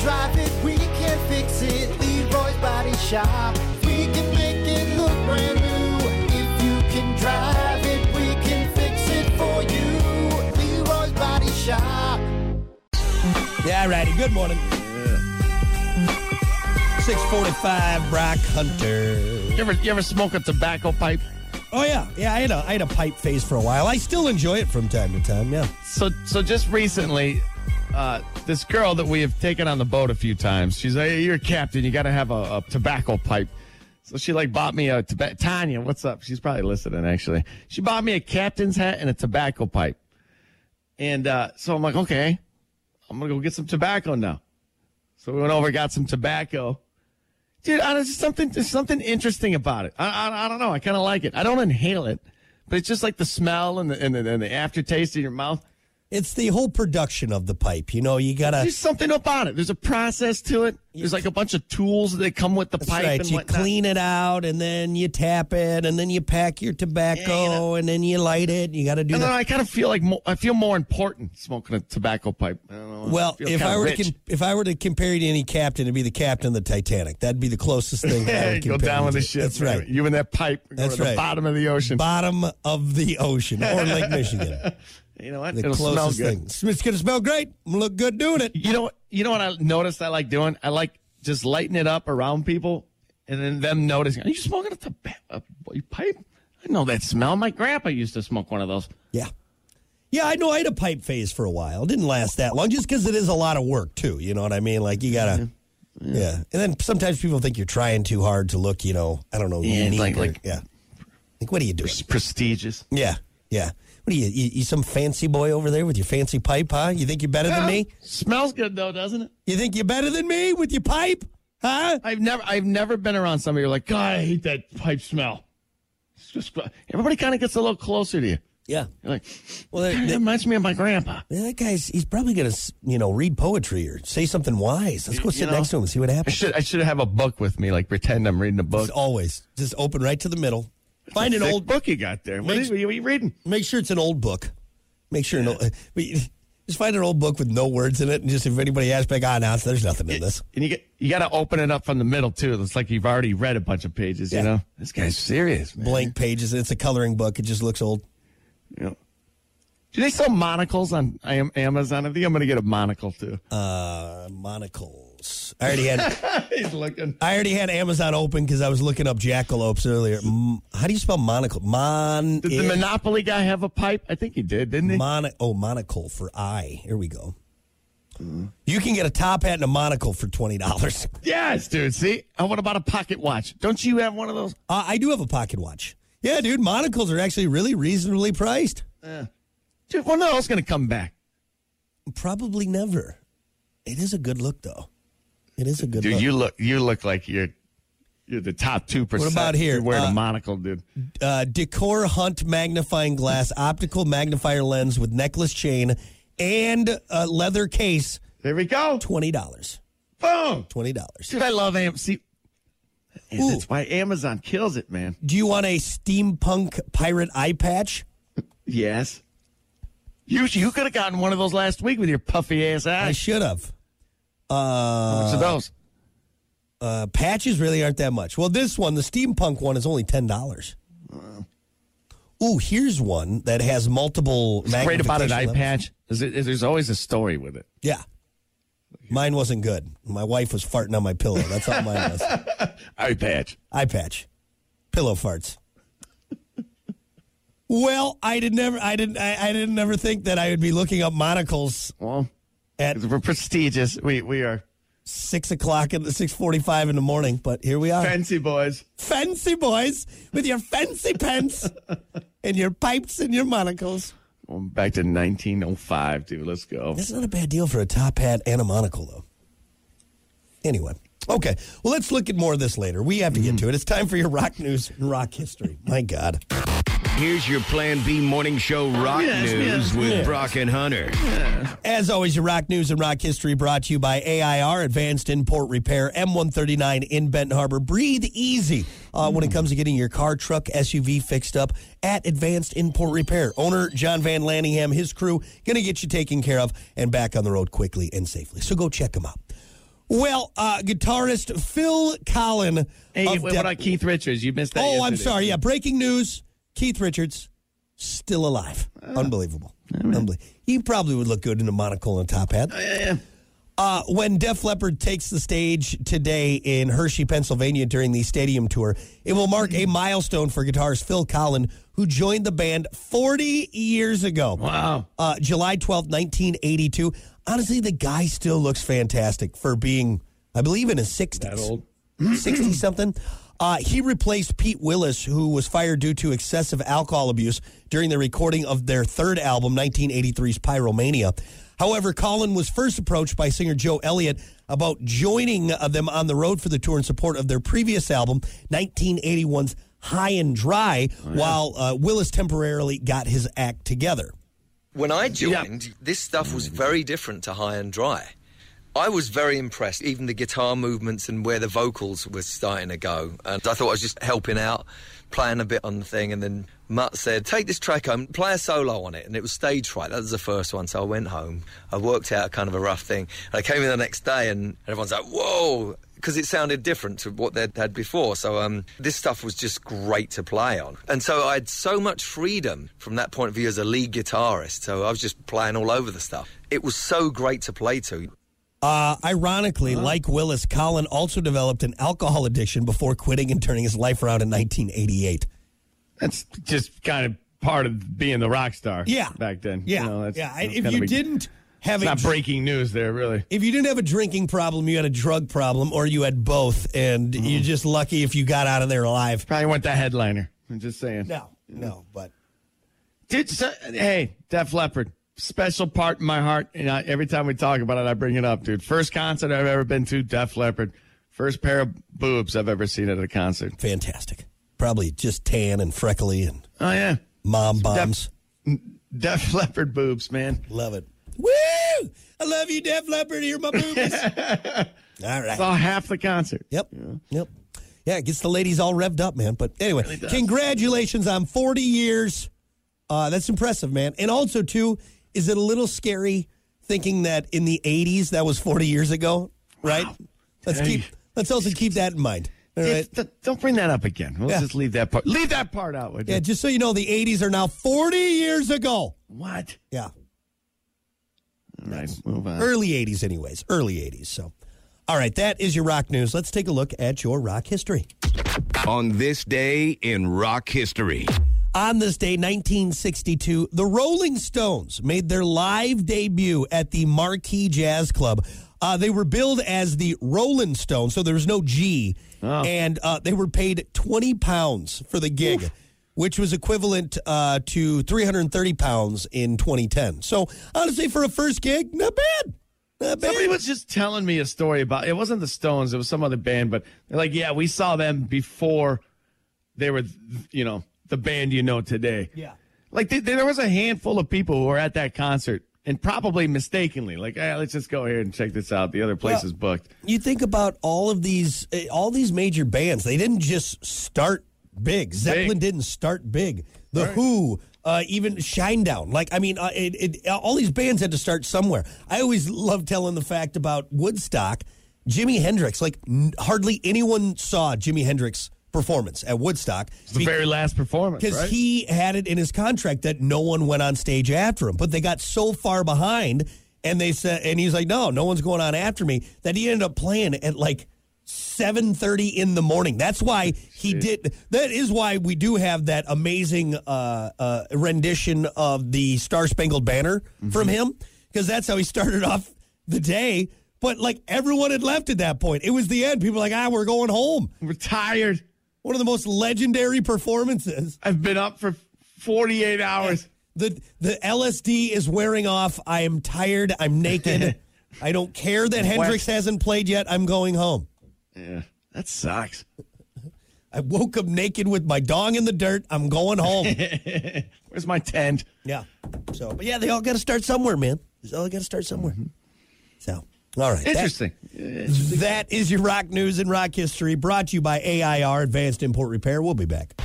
drive it, we can fix it. Leroy's Body Shop. We can make it look brand new. If you can drive it, we can fix it for you. Leroy's Body Shop. Yeah, righty. Good morning. 645 Brock Hunter. You ever, you ever smoke a tobacco pipe? Oh, yeah. Yeah, I had, a, I had a pipe phase for a while. I still enjoy it from time to time, yeah. So, so just recently, uh, this girl that we have taken on the boat a few times, she's like, hey, "You're a captain. You got to have a, a tobacco pipe." So she like bought me a toba- Tanya. What's up? She's probably listening actually. She bought me a captain's hat and a tobacco pipe, and uh, so I'm like, "Okay, I'm gonna go get some tobacco now." So we went over, got some tobacco. Dude, I, there's something there's something interesting about it. I I, I don't know. I kind of like it. I don't inhale it, but it's just like the smell and the and the, and the aftertaste in your mouth. It's the whole production of the pipe. You know, you got to. There's something about it. There's a process to it. There's like a bunch of tools that come with the That's pipe right. and You whatnot. clean it out, and then you tap it, and then you pack your tobacco, Yeah, you know. and then you light it. You got to do and then that. I kind of feel like mo- I feel more important smoking a tobacco pipe. I don't know. Well, feel if kinda I were to rich. con- if I were to compare you to any captain, it'd be the captain of the Titanic. That'd be the closest thing. I Hey, would go compare down you with the to. ship. That's man. right. You and that pipe go That's to right. the bottom of the ocean. Bottom of the ocean or Lake Michigan. you know what? The It'll smell closest good. thing. It's gonna smell great. Look good doing it. You know what? You know what I noticed I like doing? I like just lighting it up around people and then them noticing. Are you smoking a tobacco pipe? I know that smell. My grandpa used to smoke one of those. Yeah. Yeah, I know I had a pipe phase for a while. It didn't last that long just because it is a lot of work, too. You know what I mean? Like, you got to. Mm-hmm. Yeah. And then sometimes people think you're trying too hard to look, you know, I don't know, Yeah, unique. like- or- like- yeah. Like, what are you doing? It's prestigious. Yeah. Yeah. What are you, you, you some fancy boy over there with your fancy pipe, huh? You think you're better than me? Smells good though, doesn't it? You think you're better than me with your pipe? Huh? I've never I've never been around somebody who's like, God, I hate that pipe smell. It's just everybody kind of gets a little closer to you. Yeah. You're like, Well, well, they- that, they- reminds me of my grandpa. Yeah, that guy's, he's probably going to, you know, read poetry or say something wise. Let's go You sit know? next to him and see what I happens. should I should have a book with me, like pretend I'm reading a book. It's always just open right to the middle. Find an Thick old book you got there. What, Makes- is, what are you reading? Make sure it's an old book. Make sure an old, but you- just find an old book with no words in it, and just if anybody asks, be like, ah, no, there's nothing in this. And you get you got to open it up from the middle too. It's like you've already read a bunch of pages. Yeah. You know, this guy's serious, man. Blank pages. It's a coloring book. It just looks old. You know. Do they sell monocles on I am Amazon? I think I'm going to get a monocle too. Uh, monocles. I already had. He's looking. I already had Amazon open because I was looking up jackalopes earlier. M- how do you spell monocle? Mon. Did the Monopoly guy have a pipe? I think he did, didn't he? Mon- oh, monocle for I. Here we go. Mm-hmm. You can get a top hat and a monocle for twenty dollars. Yes, dude. See, oh, what about a pocket watch? Don't you have one of those? Uh, I do have a pocket watch. Yeah, dude, monocles are actually really reasonably priced. Dude, when are those going to come back? Probably never. It is a good look, though. It is a good Dude, look. you look you look like you're you're the top two percent. about here? You're wearing Uh, a monocle, dude. uh, Decor Hunt magnifying glass, optical magnifier lens with necklace chain, and a leather case. There we go. Twenty dollars. Boom. Twenty dollars. Dude, I love Am. See, and Ooh. that's why Amazon kills it, man. Do you want a steampunk pirate eye patch? Yes. You you could have gotten one of those last week with your puffy ass I eyes. should have. How much of those? Uh, patches really aren't that much. Well, this one, the steampunk one, is only ten dollars. Ooh, here's one that has multiple. What's great about an magnification eye levels. patch is, it, is there's always a story with it. Yeah. Mine wasn't good. My wife was farting on my pillow. That's all mine was. Eye patch. Eye patch. Pillow farts. Well, I did never I didn't I, I didn't ever think that I would be looking up monocles Well, at we're prestigious. We we are six o'clock in the six forty five in the morning, but here we are. fancy boys. fancy boys with your fancy pants and your pipes and your monocles. Going back to 1905, dude. Let's go. That's not a bad deal for a top hat and a monocle, though. Anyway, okay. Well, let's look at more of this later. We have to get to it. It's time for your rock news and rock history. My God. Here's your Plan B morning show rock Yes, news yes, with yes. Brock and Hunter. As always, your rock news and rock history brought to you by AIR, Advanced Import Repair, M139 in Benton Harbor. Breathe easy uh, when it comes to getting your car, truck, SUV fixed up at Advanced Import Repair. Owner John Van Lanningham, his crew, going to get you taken care of and back on the road quickly and safely. So go check them out. Well, uh, guitarist Phil Collin. Hey, of what Dep- about Keith Richards? You missed that. oh, I'm yesterday. sorry. Yeah, breaking news: Keith Richards still alive. Oh, Unbelievable. Unbelievable. He probably would look good in a monocle and a top Oh, hat. Uh, when Def Leppard takes the stage today in Hershey, Pennsylvania during the stadium tour, it will mark a milestone for guitarist Phil Collin, who joined the band 40 years ago. Wow. Uh, July 12, 1982. Honestly, the guy still looks fantastic for being, I believe, in his 60s. That old. 60 something. Uh, he replaced Pete Willis, who was fired due to excessive alcohol abuse during the recording of their third album, 1983's Pyromania. However, Colin was first approached by singer Joe Elliott about joining uh, them on the road for the tour in support of their previous album, 1981's High and Dry, Oh, while uh, Willis temporarily got his act together. When I joined, this stuff was very different to High and Dry. I was very impressed, even the guitar movements and where the vocals were starting to go. And I thought I was just helping out, playing a bit on the thing. And then Mutt said, Take this track home, play a solo on it. And it was stage fright. That was the first one. So I went home. I worked out kind of a rough thing. And I came in the next day, and everyone's like, Whoa! Because it sounded different to what they'd had before. So um, this stuff was just great to play on. And so I had so much freedom from that point of view as a lead guitarist. So I was just playing all over the stuff. It was so great to play to. Uh, ironically, like Willis, Colin also developed an alcohol addiction before quitting and turning his life around in 1988. That's just kind of part of being the rock star. Yeah, Back then. Yeah, You know, that's- yeah. I- that's If kind you of a- didn't have a It's not dr- breaking news there, really. if you didn't have a drinking problem, you had a drug problem, or you had both, and Mm-hmm. you're just lucky if you got out of there alive. Probably want that headliner. I'm just saying. No, no, but Dude, so, hey, Def Leppard, special part in my heart. And I, every time we talk about it, I bring it up, dude. First concert I've ever been to, Def Leppard. First pair of boobs I've ever seen at a concert. fantastic. Probably just tan and freckly and Oh, yeah. mom bombs. Def Leppard boobs, man. Love it. Woo! I love you, Def Leppard. Here, my boobies. All right. Saw half the concert. Yep. Yep. Yeah, it gets the ladies all revved up, man. But anyway, congratulations on 40 years. Uh, that's impressive, man. And also, too, is it a little scary thinking that in the 80s that was 40 years ago, right? Let's Hey. keep. Let's also keep that in mind. All right. It's- don't bring that up again. We'll Yeah. just leave that part. Leave that part out. Would you? Yeah, just so you know, the 80s are now 40 years ago. What? Er, Yeah, All right, move on. early 80s, anyways. Early 80s. So, all right, that is your rock news. Let's take a look at your rock history. On this day in rock history. On this day, 1962, the Rolling Stones made their live debut at the Marquee Jazz Club. Uh, they were billed as the Rolling Stones, so there was no G, and uh, they were paid 20 pounds for the gig, which was equivalent uh, to 330 pounds in 2010. So honestly, for a first gig, not bad. Not bad. Somebody was just telling me a story about it wasn't the Stones, it was some other band, but they're like, yeah, we saw them before they were, you know, the band you know today. Yeah. Like th- there was a handful of people who were at that concert and probably mistakenly, like, hey, let's just go here and check this out. The other place Well- is booked. you think about all of these eh, all these major bands they didn't just start big zeppelin didn't start big the who uh, even shinedown like i mean uh, it, it, all these bands had to start somewhere i always love telling the fact about woodstock jimi hendrix like n- hardly anyone saw jimi hendrix performance at woodstock It's the very last performance. because right? he had it in his contract that no one went on stage after him. But they got so far behind, and they said, and he's like, "No, no one's going on after me." That he ended up playing at like seven thirty in the morning. That's why he did. That is why we do have that amazing uh, uh, rendition of the Star Spangled Banner from him, because that's how he started off the day. But like everyone had left at that point, it was the end. People were like, "Ah, we're going home." retired. One of the most legendary performances. I've been up for 48 hours. the the LSD is wearing off. I am tired. I'm naked. I don't care that Hendrix hasn't played yet. I'm going home. Yeah, that sucks. I woke up naked with my dong in the dirt. I'm going home. Where's my tent? yeah. So, but yeah, they all got to start somewhere, man. They all got to start somewhere. So, all right. That- Interesting. that is your rock news and rock history brought to you by AIR Advanced Import Repair. We'll be back.